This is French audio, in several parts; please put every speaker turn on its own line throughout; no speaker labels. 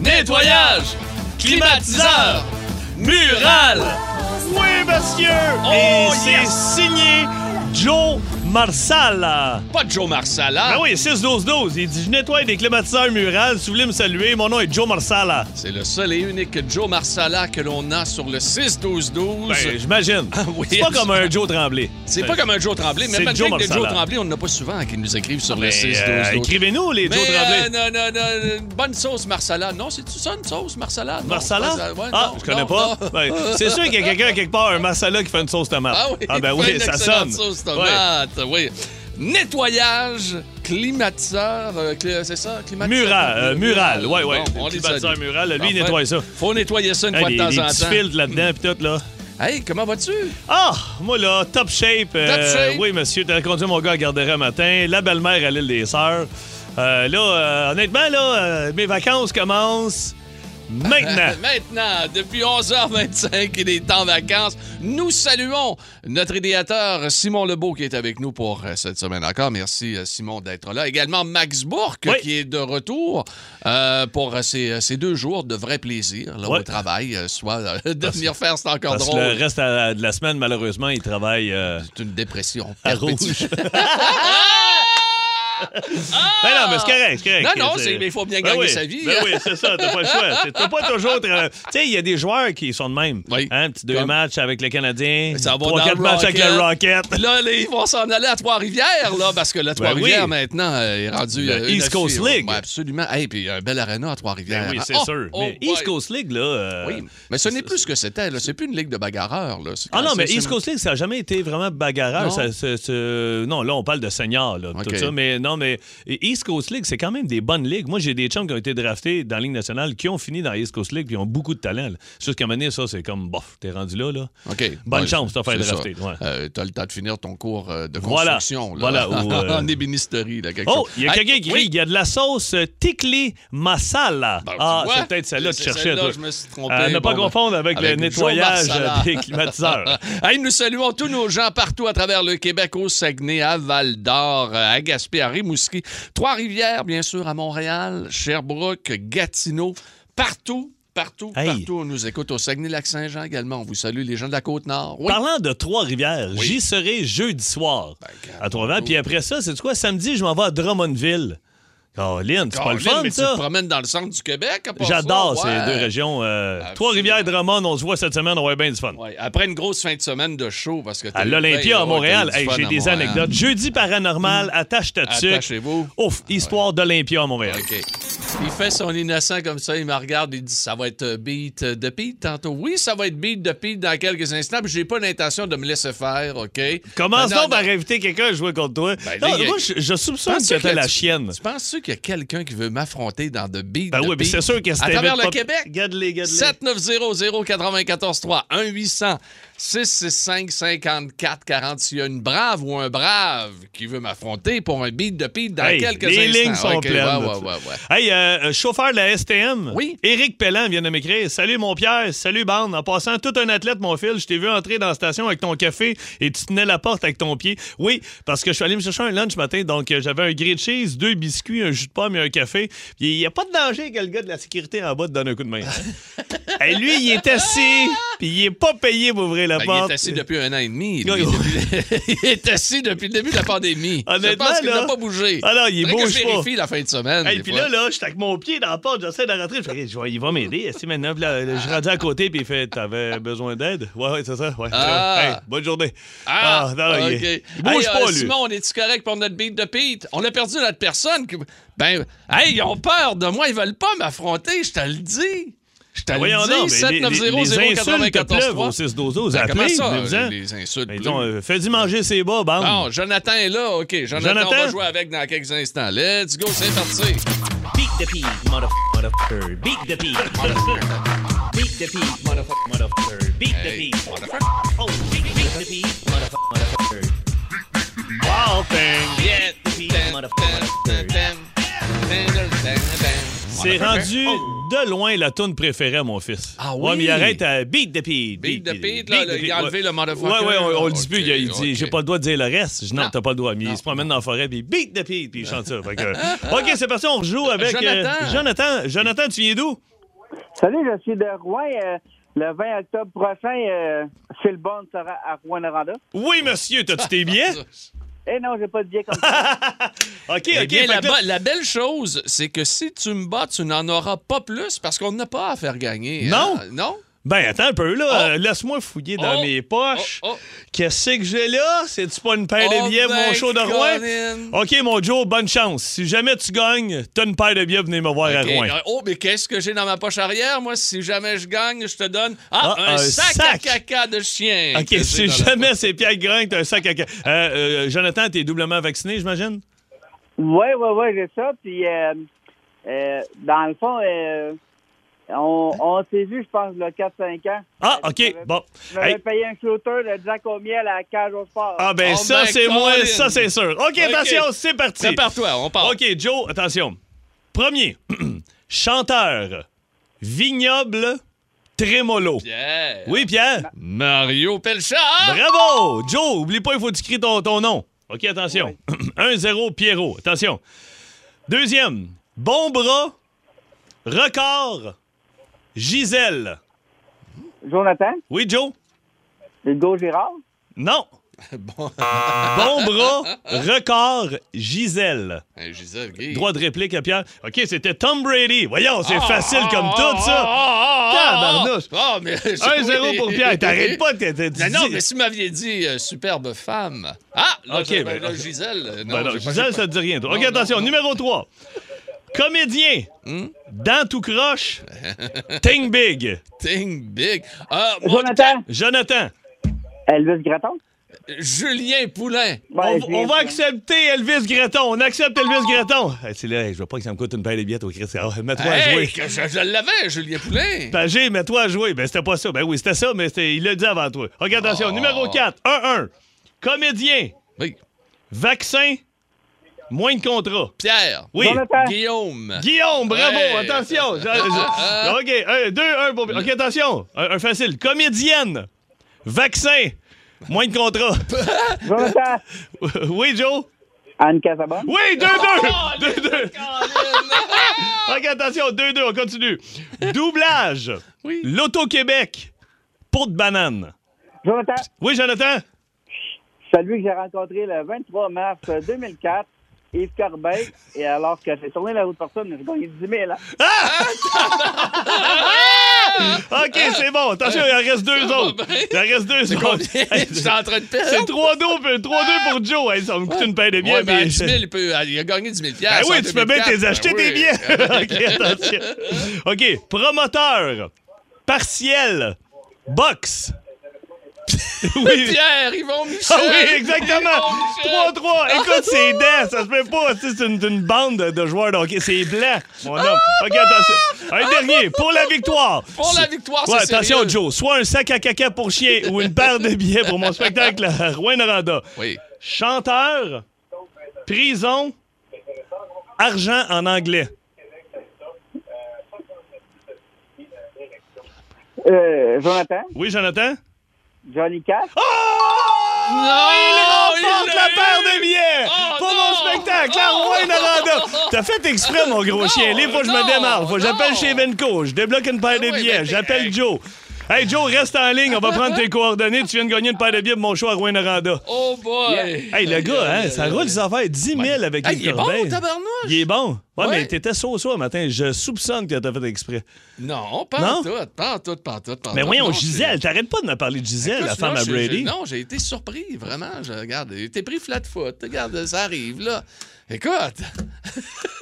Nettoyage! Climatiseur! Mural!
Oui, monsieur!
Oh,
Et
yes!
c'est signé Joe Marsala.
Pas de Joe Marsala!
Ah oui, 6-12-12. Il dit Je nettoie des climatiseurs murales. Si vous voulez me saluer, mon nom est Joe Marsala.
C'est le seul et unique Joe Marsala que l'on a sur le 6-12-12.
Ben, j'imagine.
Ah oui,
c'est pas
absolument.
comme un Joe Tremblay. Ben,
c'est pas comme un Joe Tremblay, mais
c'est
malgré
Joe
que
Marsala.
Joe Tremblay, on n'en a pas souvent qui nous écrivent sur le
Ben,
6-12-12.
euh, Écrivez-nous, les
Mais
Joe Tremblay.
euh, non, non, non, une bonne sauce Marsala. Non, c'est-tu ça, une sauce Marsala? Non,
Marsala?
pas ça, ouais,
ah,
non,
je connais
non,
pas.
non.
Ben, c'est sûr qu'il y a quelqu'un quelque part, un Marsala, qui fait une sauce tomate.
Ah oui,
ben
il fait
oui,
une
ça
excellente
sonne.
sauce
Ouais.
tomate, oui. Nettoyage, climatiseur, euh, cli- c'est ça, climatiseur?
Mural, euh, mural, ouais, ouais.
on
Le
les
climatiseur
salue.
mural, lui, il
Parfait.
nettoie ça.
Faut nettoyer ça une
Hey,
fois
des,
de temps
des
en
petits
temps.
filtres là-dedans, puis tout, là.
Hey, comment vas-tu?
Ah, moi, là, top shape. euh,
shape.
Oui, monsieur, t'as conduit mon gars à garderie un matin. La belle-mère à l'île des Sœurs. Euh, là, euh, honnêtement, là, euh, mes vacances commencent maintenant.
Maintenant, depuis 11h25, il est en vacances. Nous saluons notre idéateur Simon Lebeau qui est avec nous pour euh, cette semaine encore. Merci euh, Simon d'être là. Également Max Bourque
Oui.
qui est de retour euh, pour euh, ces, ces deux jours de vrai plaisir là, au
Ouais.
travail. euh, soit euh, de venir faire, c'est encore
Parce que
drôle.
le reste à- de la semaine, malheureusement, il travaille euh,
C'est une dépression
à
perpétuelle.
rouge. Ben non, mais c'est correct, c'est correct.
Non, non, c'est- mais il faut bien
Ben
gagner
oui,
sa vie.
Ben oui, c'est ça, t'as pas le choix. C'est- T'as pas toujours. tra- Tu sais, il y a des joueurs qui sont de même.
Oui.
Hein, petit deux
Comme-
matchs avec le Canadien,
Ça va
trois,
dans
quatre
le
matchs avec le Rocket.
Là, les- ils vont s'en aller à Trois-Rivières, là, parce que la
Ben
Trois-Rivières,
oui.
maintenant, euh, est rendu...
Le
euh,
East
une
Coast
affiche.
League.
Ouais, absolument. Et puis, il y a un bel aréna à Trois-Rivières.
Ben oui, c'est
Ah,
sûr.
oh,
mais
ouais.
East Coast League, là. euh,
Oui, mais ce n'est plus ce que c'était. là. C'est plus une ligue de bagarreurs. Là. C'est-
Ah non,
c'est-
mais
c'est-
East Coast League, ça n'a jamais été vraiment bagarreur.
Non.
Ça- ça- ça- non, là, on parle de seniors, là,
OK.
tout ça. Mais non, mais East Coast League, c'est quand même des bonnes ligues. Moi, j'ai des chums qui ont été draftés dans la Ligue nationale, qui ont fini dans East Coast League, puis ils ont beaucoup de talent. là. C'est juste qu'à un moment donné, ça, c'est comme, bof, t'es rendu là, là.
OK.
Bonne
Ouais,
chance, t'as fait
c'est ça.
drafter. ouais.
Euh, T'as le temps de finir ton cours euh, de
Voilà.
construction. là.
Voilà, ou, euh,
en ébénisterie. Là, quelque
Oh,
chose.
il y a
Hey,
quelqu'un qui
oui.
crie, il y a de la sauce euh, Tikli Masala.
Ben, tu
ah,
vois,
c'est peut-être celle-là que tu
c'est
cherchais,
celle-là,
toi.
je me suis trompé.
À ne pas
Bon, ben,
confondre avec,
avec
le
Joe
nettoyage
Marsala.
des climatiseurs.
Hey, Ah, nous saluons tous nos gens partout à travers le Québec, au Saguenay, à Val-d'Or, à Gaspé, à Rimouski, Trois-Rivières, bien sûr, à Montréal, Sherbrooke, Gatineau, partout. Partout,
Hey.
partout, on nous écoute au Saguenay-Lac-Saint-Jean également. On vous salue, les gens de la Côte-Nord. Oui.
Parlant de Trois-Rivières,
Oui.
j'y serai jeudi soir
Ben,
à Trois-Rivières. Puis après ça, c'est quoi? Samedi, je m'en vais à Drummondville. Caroline, c'est pas le
Caroline,
fun,
mais tu
ça?
te promènes dans le centre du Québec, à part ça,
J'adore
ouais.
ces deux régions. euh,
Absolument.
Trois-Rivières, Drummond, on se voit cette semaine, on va avoir bien du fun.
Ouais, Après une grosse fin de semaine de show, parce que t'as eu-
À
ben,
l'Olympia,
ouais,
à Montréal,
t'as eu
hey,
du fun
j'ai
à
des
Montréal. Hmm.
anecdotes. Jeudi paranormal, attache ta tuque.
Attachez-vous.
Ouf, histoire d'Olympia à Montréal.
OK. Il fait son innocent comme ça, il me regarde, il dit ça va être euh, beat de Pete tantôt. Oui, ça va être beat de Pete dans quelques instants, puis j'ai pas l'intention de me laisser faire, OK? Ben Non,
Commence
non,
donc par
non.
inviter quelqu'un à jouer contre toi.
Ben, là,
non,
il y a-
moi, je, je soupçonne que
Penses-tu
c'était
que
la
tu-
chienne.
Tu penses-tu qu'il y a quelqu'un qui veut m'affronter dans de beat
Ben
de
oui, mais
Pete?
c'est sûr que c'était.
À travers le
pas-
Québec?
Garde-les, garde-les.
7900-943, 1-800-665-5440. S'il y a une brave ou un brave qui veut m'affronter pour un beat de Pete dans
Hey,
quelques
les
instants.
lignes sont
OK,
pleines.
Ouais, ouais, ouais, ouais.
Hey, euh, euh, chauffeur de la STM.
Oui.
Éric Pellan vient de m'écrire. Salut, mon Pierre. Salut, Bande. En passant, tout un athlète, mon fil. Je t'ai vu entrer dans la station avec ton café et tu tenais la porte avec ton pied. Oui, parce que je suis allé me chercher un lunch ce matin. Donc, euh, j'avais un grilled cheese, deux biscuits, un jus de pomme et un café. Puis, il n'y a pas de danger que le gars de la sécurité en bas te donne un coup de main. Hey, lui, il est assis, puis il est pas payé pour ouvrir la
Ben,
porte.
il est assis depuis un an et demi. lui.
Oui,
il est assis depuis le début de la pandémie. Je
Honnêtement,
pense qu'il
là-
n'a pas bougé.
Ah non, il
Faudrait que
bouge
je
pas.
vérifie la fin de semaine.
Hey,
des
puis
fois.
là, là, j'étais avec mon pied dans la porte, j'essaie de rentrer. Je fais, Je vais- il va m'aider. Est-ce que maintenant, Puis là, là, je suis rendu à côté, puis il fait, t'avais besoin d'aide? Ouais, ouais, c'est ça. Ouais.
Ah.
Hey, bonne journée.
Ah,
non, non, il-
OK.
il,
Hey,
bouge
euh,
pas, lui.
Simon, on est-tu correct pour notre beat de Pete? On a perdu notre personne. qui- Ben, hey, ils ont peur de moi. Ils veulent pas m'affronter, je te le dis. Je te le
Ben Voyons donc,
dis.
mais les, les- les insultes te
7900943.
pleuvent au 6-12-12.
Ben, comment
Appelez,
ça,
venez-vous-en.
les, les insultes. Ah,
Mais disons,
pleuvent?
euh, Fais-y manger ses bas, bande.
Bon, Jonathan est là. OK, Jonathan, on va
Jonathan?
jouer avec dans quelques instants. Let's go, c'est parti.
Beat the pig, motherfucker, motherfucker. Beat the pig, motherfucker. Beat the pig, motherfucker, motherfucker. Beat the
Hey,
pig, motherfucker. Oh, beat, beat the pig, motherfucker, motherfucker.
Wow, ben. thing.
Yeah.
C'est rendu de loin la toune préférée à mon fils.
Oh. Ah oui?
Ouais, mais il arrête à Beat the Pete.
Beat the Pete, là, là, il a enlevé le motherfucker.
Ouais, ouais, on, on le dit
Ok,
plus. Il, a- il dit,
ok.
j'ai pas le droit de dire le reste. Je dis, non,
Non.
t'as pas le droit. Mais il se promène dans la forêt, puis il Beat the Pete, puis il chante ça. Fait que- OK, c'est parti, on rejoue avec euh,
Jonathan.
Jonathan. Jonathan, tu viens d'où?
Salut, je suis de Rouen. euh, le 20 octobre prochain, euh, Phil Bond sera à Rouen-Noranda.
Oui, monsieur, t'as-tu tes billets?
Eh non, j'ai pas de billet comme ça.
OK,
Eh
OK.
bien,
fait
la,
que là-
bo- la belle chose, c'est que si tu me bats, tu n'en auras pas plus parce qu'on n'a pas à faire gagner.
Non.
hein? Non?
Ben, attends un peu, là.
Oh.
Euh, Laisse-moi fouiller dans
Oh.
mes
Oh,
poches.
oh.
Qu'est-ce que j'ai là? C'est-tu pas une paire de
Oh,
billets,
ben,
mon show de Rouen? Oh,
Colin.
OK, mon Joe, bonne chance. Si jamais tu gagnes, t'as une paire de billets, venez me voir
Ok,
à Rouen.
euh, Oh, mais qu'est-ce que j'ai dans ma poche arrière, moi? Si jamais je gagne, je te donne ah,
Ah,
un,
un
sac, à
sac.
caca de chien.
OK,
Que j'ai
si
dans la
jamais c'est Pierre Grain que t'as un sac à... ca- Euh, euh, Jonathan, t'es doublement vacciné, j'imagine?
Ouais, ouais, ouais, j'ai ça. Puis, euh, euh, dans le fond, euh, on, on s'est vu, je pense, le 4-5 ans.
Ah,
Euh,
OK,
j'avais-
bon.
Je m'avais
Hey.
payé un shooter de Jack O'Miel à la cage au sport.
Ah ben
Oh,
ça,
ben,
c'est moi,
Colin.
ça, c'est sûr. OK, attention, c'est parti.
Prépare-toi, on part.
OK, Joe, attention. Premier, chanteur, vignoble, trémolo.
Pierre.
Oui, Pierre?
Mario Pelcha.
Bravo! Joe, oublie pas, il faut que tu cries ton, ton nom. OK, attention. 1-0, Pierrot. Attention. Deuxième, bon bras, record, Gisèle.
Jonathan,
Oui, Joe?
Hugo Girard.
Non.
Bon.
Bon bras, record, Gisèle.
Hey, Gisèle, ok.
Droit de réplique à Pierre. OK, c'était Tom Brady. Voyons, c'est
Ah,
facile
ah,
comme
ah,
tout, ça.
ah, ah, ah,
Tabarnouche.
Ah, mais.
1-0 pour Pierre. T'arrêtes pas, t'es. t'es-
Non, non,
dis-
mais si vous m'aviez dit euh, superbe femme. Ah, là,
Ok,
je-
ben,
là,
ok.
Gisèle. euh, Non,
Ben non,
j'ai pas-
Gisèle,
j'ai pas-
ça te dit rien. toi.
Non,
OK,
non,
attention,
non. Hmm?
numéro 3. Comédien, dents tout croche, ting big.
Ting big. Ah, mon-
Jonathan,
Jonathan,
Elvis Gratton.
Julien Poulain.
Ben,
on,
j'ai-
on va accepter Elvis Gretton. On accepte Elvis Gretton. Hey, c'est là, hey, je veux pas que ça me coûte une paire de billets au Christian. Mets-toi à
Hey,
jouer. Ben.
que je, je l'avais, Julien Poulain.
Pagé, mets-toi à jouer. Ben, c'était pas ça. Ben oui, c'était ça, mais c'était- il l'a dit avant toi. OK, attention,
Oh.
numéro 4, 1-1. Comédien,
Oui.
vaccin, moins de contrat.
Pierre.
Oui.
Jonathan.
Guillaume.
Guillaume, bravo,
Hey.
attention. Je-
Euh.
je- OK, 2-1 pour... OK, attention, un, un facile. Comédienne, vaccin, moins de contrat.
Jonathan,
oui, Joe?
Anne Casabonne.
Oui, 2-2!
Oh,
2-2!
Colin.
OK, attention, 2-2, on continue. Doublage.
Oui.
L'Auto-Québec, pot de banane.
Jonathan,
Oui, Jonathan?
celui que j'ai rencontré le 23 mars euh, 2004, Yves Corbeil. Et alors que j'ai tourné la route personne, j'ai gagné 10 000. hein.
Ah!
Ah!
OK, c'est bon. Attention, il en reste deux
va
autres.
bien.
Il en reste deux autres. Hey,
Je suis en train de perdre.
C'est 3-2 pour- 3-2 pour Joe. Hey, ça va me coûte une paire de billets.
Hein? Ouais, ben, mais à
mais-
10 000, il, peut- euh, il a gagné 10 000
Ah
piastres en
oui, tu peux bien
2004.
t'es acheter
Ben
des
oui.
billets. OK, attention. OK, promoteur, partiel, box. Oui.
Pierre, Yvon Michel.
Ah oui, exactement.
Yvon Michel.
3-3. Écoute, c'est dents. Ça se fait pas. Tu sais, C'est une, une bande de joueurs. Donc, c'est blanc, mon homme.
Ah,
OK, attention. Un dernier pour la victoire.
Pour la victoire,
Ouais,
c'est
attention,
sérieux.
Joe. Soit un sac à caca pour chien ou une paire de billets pour mon spectacle à Rouen-Noranda.
Oui.
Chanteur, prison, argent en anglais.
Euh, Jonathan,
Oui, Jonathan?
Johnny Cash.
Oh!
Non,
Il remporte
il l'a
la paire
eu!
de billets
Oh,
pour
non!
mon spectacle, la
Oh!
Rouen Noranda. T'as fait exprès, mon gros chien. Les fois, je
non,
me démarre. Faut que j'appelle
non.
chez Benco. Je débloque une paire
Ah
de
oui, mais
billets.
t'es-
J'appelle
hey.
Joe. Hey, Joe, reste en ligne. On va prendre tes coordonnées. Tu viens de gagner une paire de billets pour mon show à Rouen Noranda.
Oh boy.
Hey, le gars, hein, ça roule les affaires. 10 000 avec
Hey,
Yves
il est bon,
Corbeil.
tabarnouche.
Il est bon. Ouais,
Ouais.
mais t'étais saut ça matin. Je soupçonne que t'as fait exprès.
Non,
Non?
pas tout, pas tout, pas tout, pas
Mais
tout.
voyons,
Ah, Non,
Gisèle, t'arrêtes pas de me parler de Gisèle,
c'est-
la femme
Non,
à
j'ai- j'ai-
Brady.
Non, j'ai été surpris, vraiment. Je, regarde, j'ai été pris flat foot. Regarde, ça arrive, là. Écoute.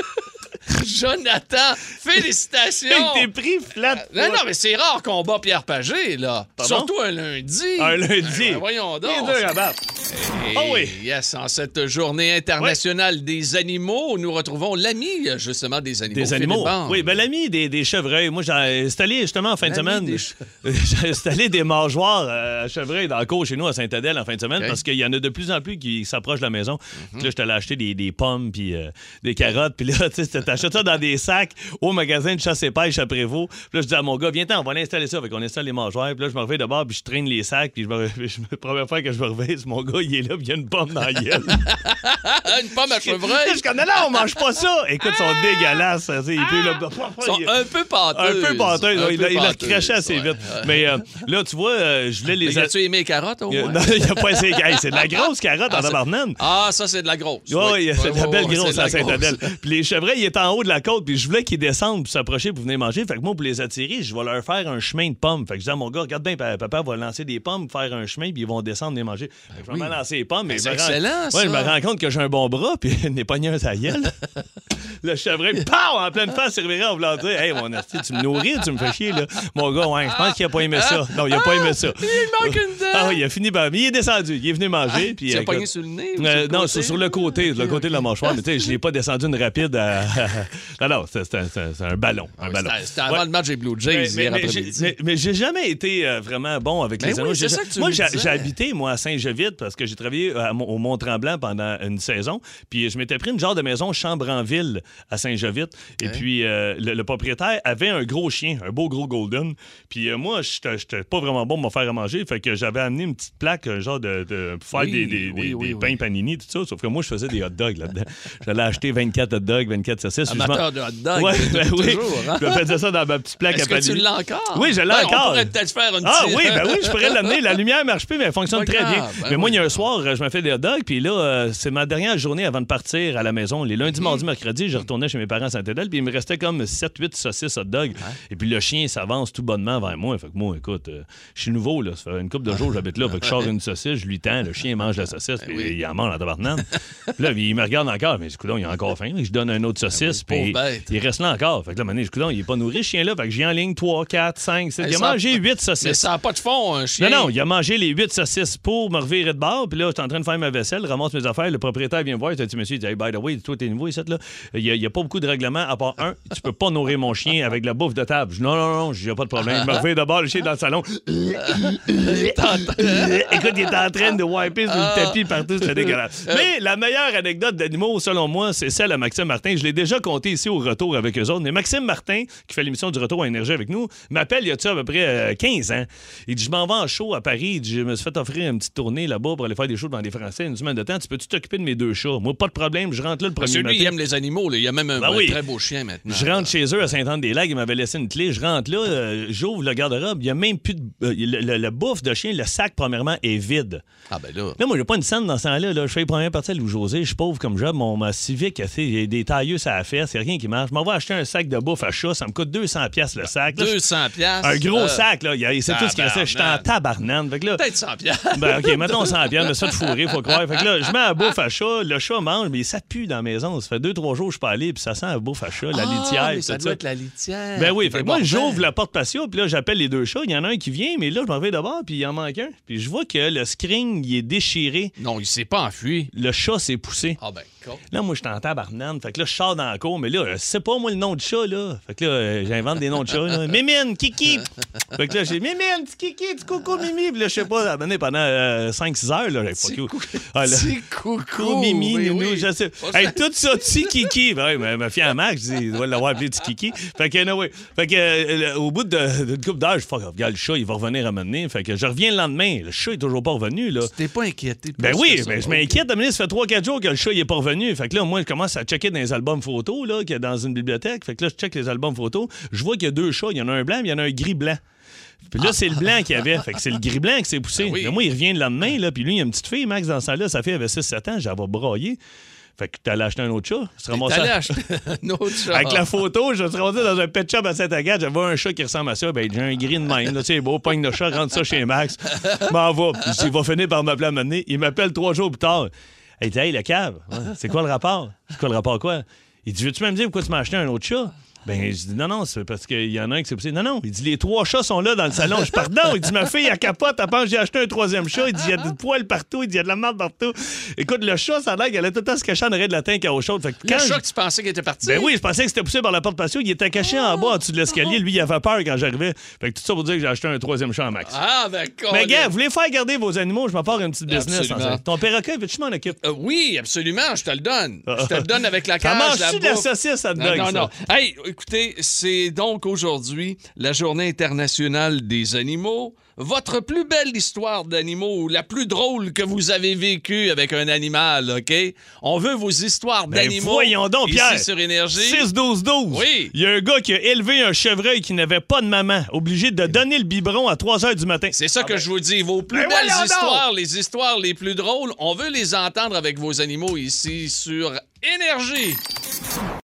Jonathan,
Hey,
félicitations.
T'es pris flat.
Non, non, mais c'est rare qu'on bat Pierre Pagé, là.
Pardon?
Surtout un lundi.
Un lundi.
Ben, ben, voyons donc.
Il est dur à battre. Ah oui.
Et Yes, en cette journée internationale des animaux, nous retrouvons l'ami, euh, justement, des animaux.
Des
Philippe
animaux.
Bande.
Oui, ben l'ami des, des chevreuils. Moi, j'ai installé justement en fin de
L'ami
semaine.
des che-
J'ai installé des mangeoires euh, à chevreuil dans le cours chez nous à Saint-Adèle en fin de semaine
Ok. Mhm.
parce qu'il y en a de plus en plus qui s'approchent de la maison. Puis Là, je t'allais acheter des, des pommes puis euh, des carottes. Puis là, tu sais, t'achètes ça dans des sacs au magasin de chasse et pêche à Prévost. Puis là, je dis à mon gars, viens-t'en, on va l'installer ça. Fait qu'on installe les mangeoires. Puis là, je me réveille de bord puis je traîne les sacs. Puis je me, je me- première fois que je me réveille, c'est mon gars, gars, il est là, puis il y a une pomme dans la gueule.
Ah, une pomme à
Là,
chevreuil.
je connais là, on mange pas ça. Écoute, ils sont dégueulasses. hein, tu sais, il peut, là,
Ah! Ils sont un peu
un
pâteux.
peu pâteux.
Un
Il,
peu
a- il a
pâteux,
recraché assez
ouais.
vite. Mais euh, là, tu vois, euh, je voulais les.
Mais
a-
as-tu aimé les carottes, au
Il y a-
moins?
non, il y a pas assez- Hey, c'est de la grosse carotte en
c'est-
tabarnane.
Ah, ça, c'est de la grosse.
Oui, ouais, c'est de la
ouais,
belle
ouais, c'est
grosse
de la
à Saint-Adèle.
grosse.
Puis les chevreuils, ils étaient en haut de la côte, puis je voulais qu'ils descendent pour s'approcher pour venir manger. Fait que moi, pour les attirer, je vais leur faire un chemin de pommes. Fait que je dis à mon gars, regarde bien, pa- papa va lancer des pommes, faire un chemin, puis ils vont descendre venir manger. Fait que je vais me lancer les pommes. mais
Ben,
je
c'est
me rends-
excellent,
Ouais, je
ça.
me rends compte que j'ai un bon bras, puis n'est pas niaise à gueule. Le chevreuil, pow, en pleine face, il revirait en voulant dire Hey, mon asti, tu me nourris, tu me fais chier, là. Mon gars, ouais, je pense qu'il a pas aimé ça. Non, il a pas aimé ça.
Il manque une dent. Ah,
Ah oui, il a fini par. mais Il est descendu, il est venu manger. puis
Tu l'as
écoute-
pogné sur le nez? ou sur
euh,
le
non,
côté?
c'est sur le côté, le côté de la mâchoire, mais tu sais, je l'ai pas descendu une rapide. à- non, non, c'est c'est un, c'est- Ah c'est un ballon. Un
Ouais,
ballon.
c'était- Ah, ben C'était avant
Ouais.
le match des Blue Jays
Mais-
hier
mais- mais j'ai-
après-midi.
mais- Mais j'ai jamais été euh, vraiment bon avec
Ben
les
oui,
anneaux.
c'est
J'ai-
ça que tu
moi,
me
j'ai
disais.
j'ai habité, moi, à Saint-Jevite, parce que j'ai travaillé euh, à Mon- au Mont-Tremblant pendant une saison. Puis je m'étais pris une genre de maison chambre en ville à Saint-Jevite. Et puis euh, le, le propriétaire avait un gros chien, un beau gros golden. Puis euh, moi, j'étais j'étais pas vraiment bon pour me faire à manger. Fait que j'avais amené une petite plaque, un genre de. de pour faire
Oui,
des, des,
oui,
des-
oui,
des
oui.
pains panini, tout ça. Sauf que moi, je faisais des hot dogs là-dedans. J'allais acheter 24 hot dogs, 24 saucisses. puis je m'en-
Amateur de hot dog.
Ouais, ben oui.
toujours, hein?
Je me faisais ça dans ma petite plaque
Est-ce
à
que tu
panini.
l'as encore?
Oui, je l'ai
Ben,
encore.
On pourrait peut-être faire une
Ah
petite-
oui, ben oui, je pourrais l'amener. La lumière marche plus, mais elle fonctionne
Pas
très
grave,
bien.
ben
mais moi,
oui.
il y a un soir, euh, je me fais des hot dogs, puis là, euh, c'est ma dernière journée avant de partir à la maison. Les
Mhm.
lundis, mardis, mercredis, je retournais chez mes parents à Saint-Édel, puis il me restait comme 7-8 saucisses hot dogs. Et puis le chien s'avance tout bonnement vers moi. Fait que moi, écoute, euh, je suis nouveau, là. Ça fait une couple de jours que j'habite là. Fait que je sors une saucisse, je lui tends, le chien mange
Ah,
la
ben
saucisse, puis il en mange en tabarnane. puis là, il me regarde encore, mais coudonc, il a encore faim. Je donne un autre saucisse,
Ah oui,
puis
pauvre bête.
il reste là encore. Fait que là, mané, coudonc, il est pas nourri, ce chien-là. Fait que j'ai en ligne 3, 4, 5, 7.
Ben,
Il a
ça-
mangé 8 saucisses.
Mais ça n'a pas de fond, un chien.
Non, non, il a mangé les huit saucisses pour me revirer de bord. Puis là, je suis en train de faire ma vaisselle, ramasse mes affaires. Le propriétaire vient me voir. Il dit Monsieur, il dit, hey, by the way, toi, t'es nouveau ici, là. Il n'y a, pas beaucoup de règlements, à part un, tu peux pas nourrir mon chien avec de la bouffe de table. Je dis, non, non, non, j'ai pas de problème. Il me revire de bord, le chien est dans le salon. Écoute, il est en train de wiper sur le tapis partout, c'était dégueulasse. Mais la meilleure anecdote d'animaux, selon moi, c'est celle à Maxime Martin. Je l'ai déjà compté ici au retour avec eux autres. Mais Maxime Martin, qui fait l'émission du retour à Énergie avec nous, m'appelle il y a-tu à peu près euh, 15 ans. Il dit Je m'en vais en show à Paris. Il dit, Je me suis fait offrir une petite tournée là-bas pour aller faire des shows dans les Français une semaine de temps. Tu peux-tu t'occuper de mes deux chats Moi, pas de problème, je rentre là le premier
Parce que Ah, lui, hein? il
matin.
aime les animaux. là. Il a même un,
Ben
un
oui.
très beau chien maintenant.
Je rentre chez eux à Sainte-Anne-des-Lacs, ils m'avaient laissé une clé. Je rentre là, euh, j'ouvre le garde-robe, il n'y a même plus de. euh, le, le- le bouffe de chien, le sac, premièrement, est vide.
Ah ben là.
Là, moi, j'ai pas une scène dans ce temps-là. là. Je fais les premières parties à Lou José, je suis pauvre comme job, mon ma Civic, tu sais, il y a des tailleux à la fesse, il n'y a rien qui marche. Je m'en vais acheter un sac de bouffe à chat, ça me coûte 200$ piastres le sac. Là, je-
200 piastres.
un gros
euh,
sac, là. Il y a- C'est tout ce qu'il restait. J'étais en
tabarnak.
tabarnane. Fait que là,
Peut-être 100 piastres.
ben, OK, maintenant on s'en vient, mais ça de fourré, faut croire. Fait que là, je mets à bouffe à chat, le chat mange, mais ça pue dans la maison. Ça fait deux, trois jours que je suis pas allé, puis ça sent à bouffe à chat, la
Ah,
litière.
mais
puis
ça
tout
doit être la litière.
Ben oui,
Qui
fait
fait
que moi,
bordel.
j'ouvre la porte patio, puis là, j'appelle les deux chats. Il y en a un qui vient, mais là, je m'en vais d'abord, puis il en manque un. Puis je vois que le screen, il est déchiré.
Non, il s'est pas enfui.
Le chat s'est poussé.
Ah ben, con.
Là, moi, je suis en tabarnane. Fait que là, je sors dans la cour, mais là, je sais pas, moi, le nom de chat, là. Fait que là, euh, j'invente des noms de chats, là. Mimine, Kiki. Fait que là, j'ai Mimine, petit Kiki, petit coucou,
Ah.
Mimi. Puis là, je sais pas, à un moment donné, pendant 5-6 heures, là, j'ai pas Ah, là.
Petit coucou.
Coucou, Mimi,
oui,
Nounou,
ben oui.
je sais.
Pas
Hey,
ça.
tout ça, petit Kiki. Ben oui, ma, ma fille à Max, je dis, il doit l'avoir appelé petit Kiki. Fait que, anyway, fait que, euh, le- au bout de- d'une couple d'heures, je fais, regarde, le chat, il va revenir à mener. Fait que je reviens le lendemain. Le chat est toujours pas revenu, là.
Tu t'es pas inquiété.
Ben
plus
oui,
que ça.
ben, je m'inquiète, la ministre, ça fait 3-4 jours que le chat il est pas revenu. Fait que là, moi, je commence à checker dans les albums photos, là, qu'il y a dans une bibliothèque. Fait que là, je check les albums photos. Je vois qu'il y a deux chats. Il y en a un blanc, puis il y en a un gris-blanc. Puis là, c'est le blanc qu'il y avait. Fait que c'est le gris-blanc qui s'est poussé.
Ah. Ben oui.
Mais moi, il revient le lendemain, là, puis lui, il y a une petite fille, Max, dans ça là Sa fille avait 6-7 ans, j'avais braillé. bah, Fait que t'allais acheter un autre chat. Tu te ramassais-
T'allais acheter un autre chat.
avec la photo, je me suis rendu dans un pet shop à Saint-Agathe, j'avais un chat qui ressemble à ça, ben j'ai un green même, là, tu sais, beau, pogne de chat, rentre ça chez Max, m'en va. Puis je dis, il va finir par m'appeler à m'amener. Il m'appelle trois jours plus tard. Il dit, hey, le cave, Ouais, c'est quoi le rapport? C'est quoi le rapport quoi? Il dit, veux-tu même dire pourquoi tu m'as acheté un autre chat? Ben, je dis, non, non, c'est parce qu'il y en a un qui s'est poussé. Non, non. Il dit, les trois chats sont là dans le salon. Je pardon. Il dit, ma fille, elle capote. Elle pense que j'ai acheté un troisième chat. Il dit, il y a du poil partout. Il dit, il y a de la merde partout. Écoute, le chat, ça a l'air qu'elle allait tout le temps se cacher en arrière de la teinte à eau chaude. Fait que
Le
quand je-
chat que tu pensais qu'il était parti.
ben oui, je pensais que c'était poussé par la porte patio. Il était caché en bas, en dessous de l'escalier.
Ah.
Lui, il avait peur quand j'arrivais. Fait que tout ça pour dire que j'ai acheté un troisième chat à max.
Ah, ben con.
Mais gars, vous voulez faire garder vos animaux, je m'en pars une petite business. en
Absolument.
fait. Ton perroquet, veux-tu m'en occuper?
Euh, oui, absolument, je te le donne. Je te le donne avec la
Ça
cage, la
mange-tu de la
bouffe.
saucisse, à
Non, non, non. Hey, écoutez, c'est donc aujourd'hui la Journée internationale des animaux. Votre plus belle histoire d'animaux ou la plus drôle que vous avez vécue avec un animal, OK? On veut vos histoires
Ben,
d'animaux.
voyons donc, Pierre.
Ici sur Énergie.
6-12-12.
Oui.
Il y a un gars qui a élevé un chevreuil qui n'avait pas de maman, obligé de donner le biberon à 3 h du matin.
C'est ça que je vous dis. Vos plus
Ah Ben
belles
voyons
histoires, les histoires les plus drôles, on veut les entendre avec vos animaux ici sur Énergie.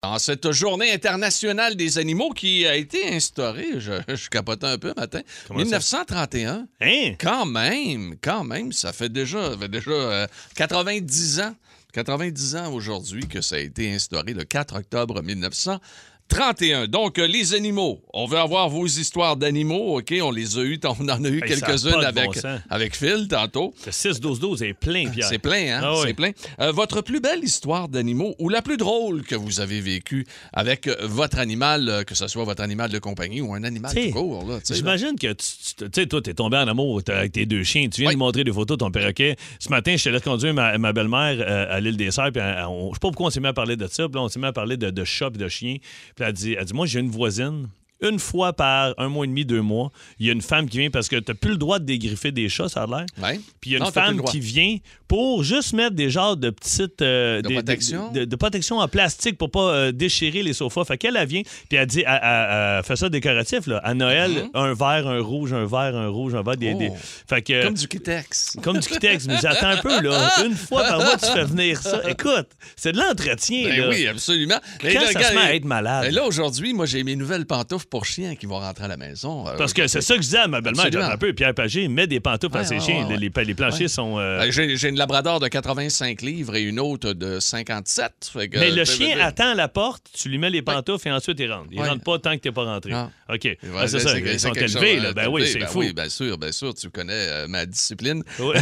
Dans cette journée internationale des animaux qui a été instaurée, je, je capotais un peu matin,
Comment ça?
1931.
Hein?
Quand même, quand même, ça fait déjà, ça fait déjà euh, 90 ans. 90 ans aujourd'hui que ça a été instauré le 4 octobre 1931. Donc, euh, les animaux, on veut avoir vos histoires d'animaux, OK? On les a eu, on en a eu
Hey, ça a
quelques-unes
pas de bon
avec,
sens.
avec Phil tantôt.
Le 6-12-12 est plein, Pierre.
C'est plein, hein?
Ah oui.
C'est plein. Euh, votre plus belle histoire d'animaux ou la plus drôle que vous avez vécue avec euh, votre animal, euh, que ce soit votre animal de compagnie ou un animal
T'sais,
tout court, là, tu sais, là.
J'imagine que tu- tu tu sais, toi, t'es tombé en amour t'as- avec tes deux chiens. Tu viens
Oui.
de montrer des photos de ton perroquet. Ce matin, je te laisse conduire ma, ma belle-mère euh, à l'île des Serres. Puis elle- on- je sais pas pourquoi on s'est mis à parler de ça. Puis là, on s'est mis à parler de, de chats et de chiens. Puis elle dit, elle dit Moi, j'ai une voisine. Une fois par un mois et demi, deux mois, il y a une femme qui vient parce que t'as plus le droit de dégriffer des chats, ça a l'air.
Ouais.
Puis il y a une
Non, t'as plus le
femme
droit.
qui vient pour juste mettre des genres de petites. euh,
De
des-
protection?
De, de- de protection en plastique pour pas euh, déchirer les sofas. Fait qu'elle, elle vient, puis elle dit, elle, elle- elle fait ça décoratif, là. À Noël, un vert, un rouge, un vert, un rouge, un vert, des.
Mm-hmm. Oh.
des- Fait que.
Comme du Kitex.
Comme du Kitex, mais j'attends un peu, là. Une fois par mois, tu fais venir ça. Écoute, c'est de l'entretien,
Ben
là.
oui, absolument. Mais
Quand
là,
ça
regarde,
se met à être malade.
ben là, aujourd'hui, moi, j'ai mes nouvelles pantoufles pour chiens qui vont rentrer à la maison. Euh,
Parce que c'est ça que je disais à ma belle-mère,
Absolument.
j'attends un peu. Pierre Pagé met des pantoufles à
Ouais,
ses
ouais,
chiens.
ouais,
Les, les- les planchers
Ouais.
sont. euh,
euh, J'ai j'ai une labrador de 85 livres et une autre de 57. fait que,
Mais
euh,
le
je-
chien
je-
attend à la porte, tu lui mets les pantoufles et ensuite il rentre. Il
Ouais.
rentre pas tant que t'es pas rentré.
Non.
OK.
Ouais,
Ah, c'est ça, ils sont
quelque
élevés,
chose,
là.
euh,
Ben oui,
élevé,
c'est
ben
fou.
Oui, bien sûr, bien sûr, tu connais euh, ma discipline.
Ouais.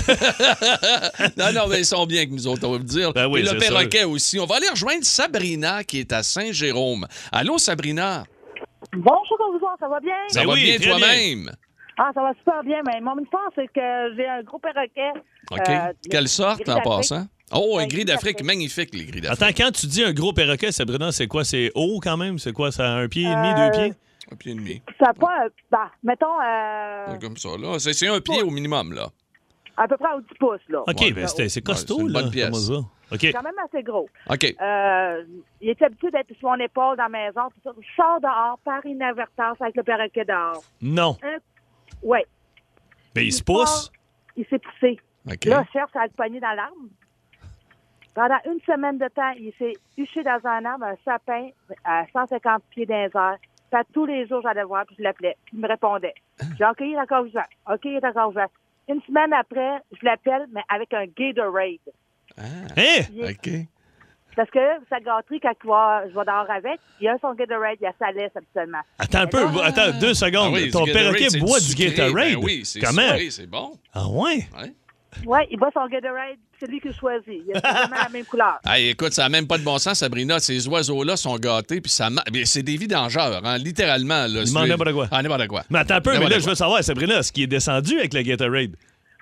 non, non, mais ils sont bien que nous autres, on va vous dire.
Ben oui,
Et le
c'est
perroquet aussi. On va aller rejoindre Sabrina qui est à Saint-Jérôme. Allô, Sabrina?
Bonjour, bonsoir, ça va bien?
Ça
Ben
va
oui,
bien
très bien.
toi-même?
Ah, ça va super bien, mais mon histoire, c'est que j'ai un gros perroquet.
OK.
Euh,
Quelle sorte
gris
en
d'Afrique.
passant? Oh, un
Ouais,
gris d'Afrique,
gris d'Afrique.
magnifique, les gris d'Afrique.
Attends, quand tu dis un gros perroquet, Sabrina, c'est quoi? C'est haut quand même? C'est quoi? Ça a un pied et demi,
Euh,
deux pieds?
Un pied et demi.
Ça n'a pas, un- bah, mettons, euh,
Ouais, Comme ça, là. C'est c'est un pied au minimum, là.
à peu près au 10 pouces, là.
OK, ben c'est c'est costaud,
c'est une
là.
bonne pièce.
comment ça? OK.
Quand même assez gros.
OK.
Euh, il est habitué d'être sur mon épaule dans la maison. Tout ça. Je sors dehors par inadvertance avec le perroquet dehors.
Non.
Oui.
Ben il se pousse.
Il s'est poussé.
OK.
Là, je cherche à le pogner dans l'arbre. Pendant une semaine de temps, il s'est huché dans un arbre, un sapin, à 150 pieds d'un heures. Puis à tous les jours, j'allais le voir, puis je l'appelais, puis il me répondait. J'ai OK, il est encore vivant. OK, il est encore vivant. Une semaine après, je l'appelle, mais avec un Gatorade.
Hein?
Ah, OK.
Parce que sa gâterie, quand il va- je vais dehors avec, il a son Gatorade, il a sa laisse habituellement.
Attends un peu. Attends, deux secondes.
Ah oui,
Ton
du Gatorade,
perroquet
c'est
boit du
sucré.
Gatorade?
Ben oui, c'est
Comment?
sucré, c'est bon.
Ah ouais?
Ouais.
Oui, il boit son Gatorade, c'est lui qui choisit. Il a vraiment la même couleur.
Ah, écoute, ça n'a même pas de bon sens, Sabrina. Ces oiseaux-là sont gâtés, puis ça ma- mais C'est des vidangeurs, hein, littéralement. Là,
Ils mangent n'importe quoi.
Ah, n'importe quoi.
Mais attends un peu, mais
N'importe
là,
quoi.
je veux savoir, Sabrina, est-ce qu'il est descendu avec le Gatorade?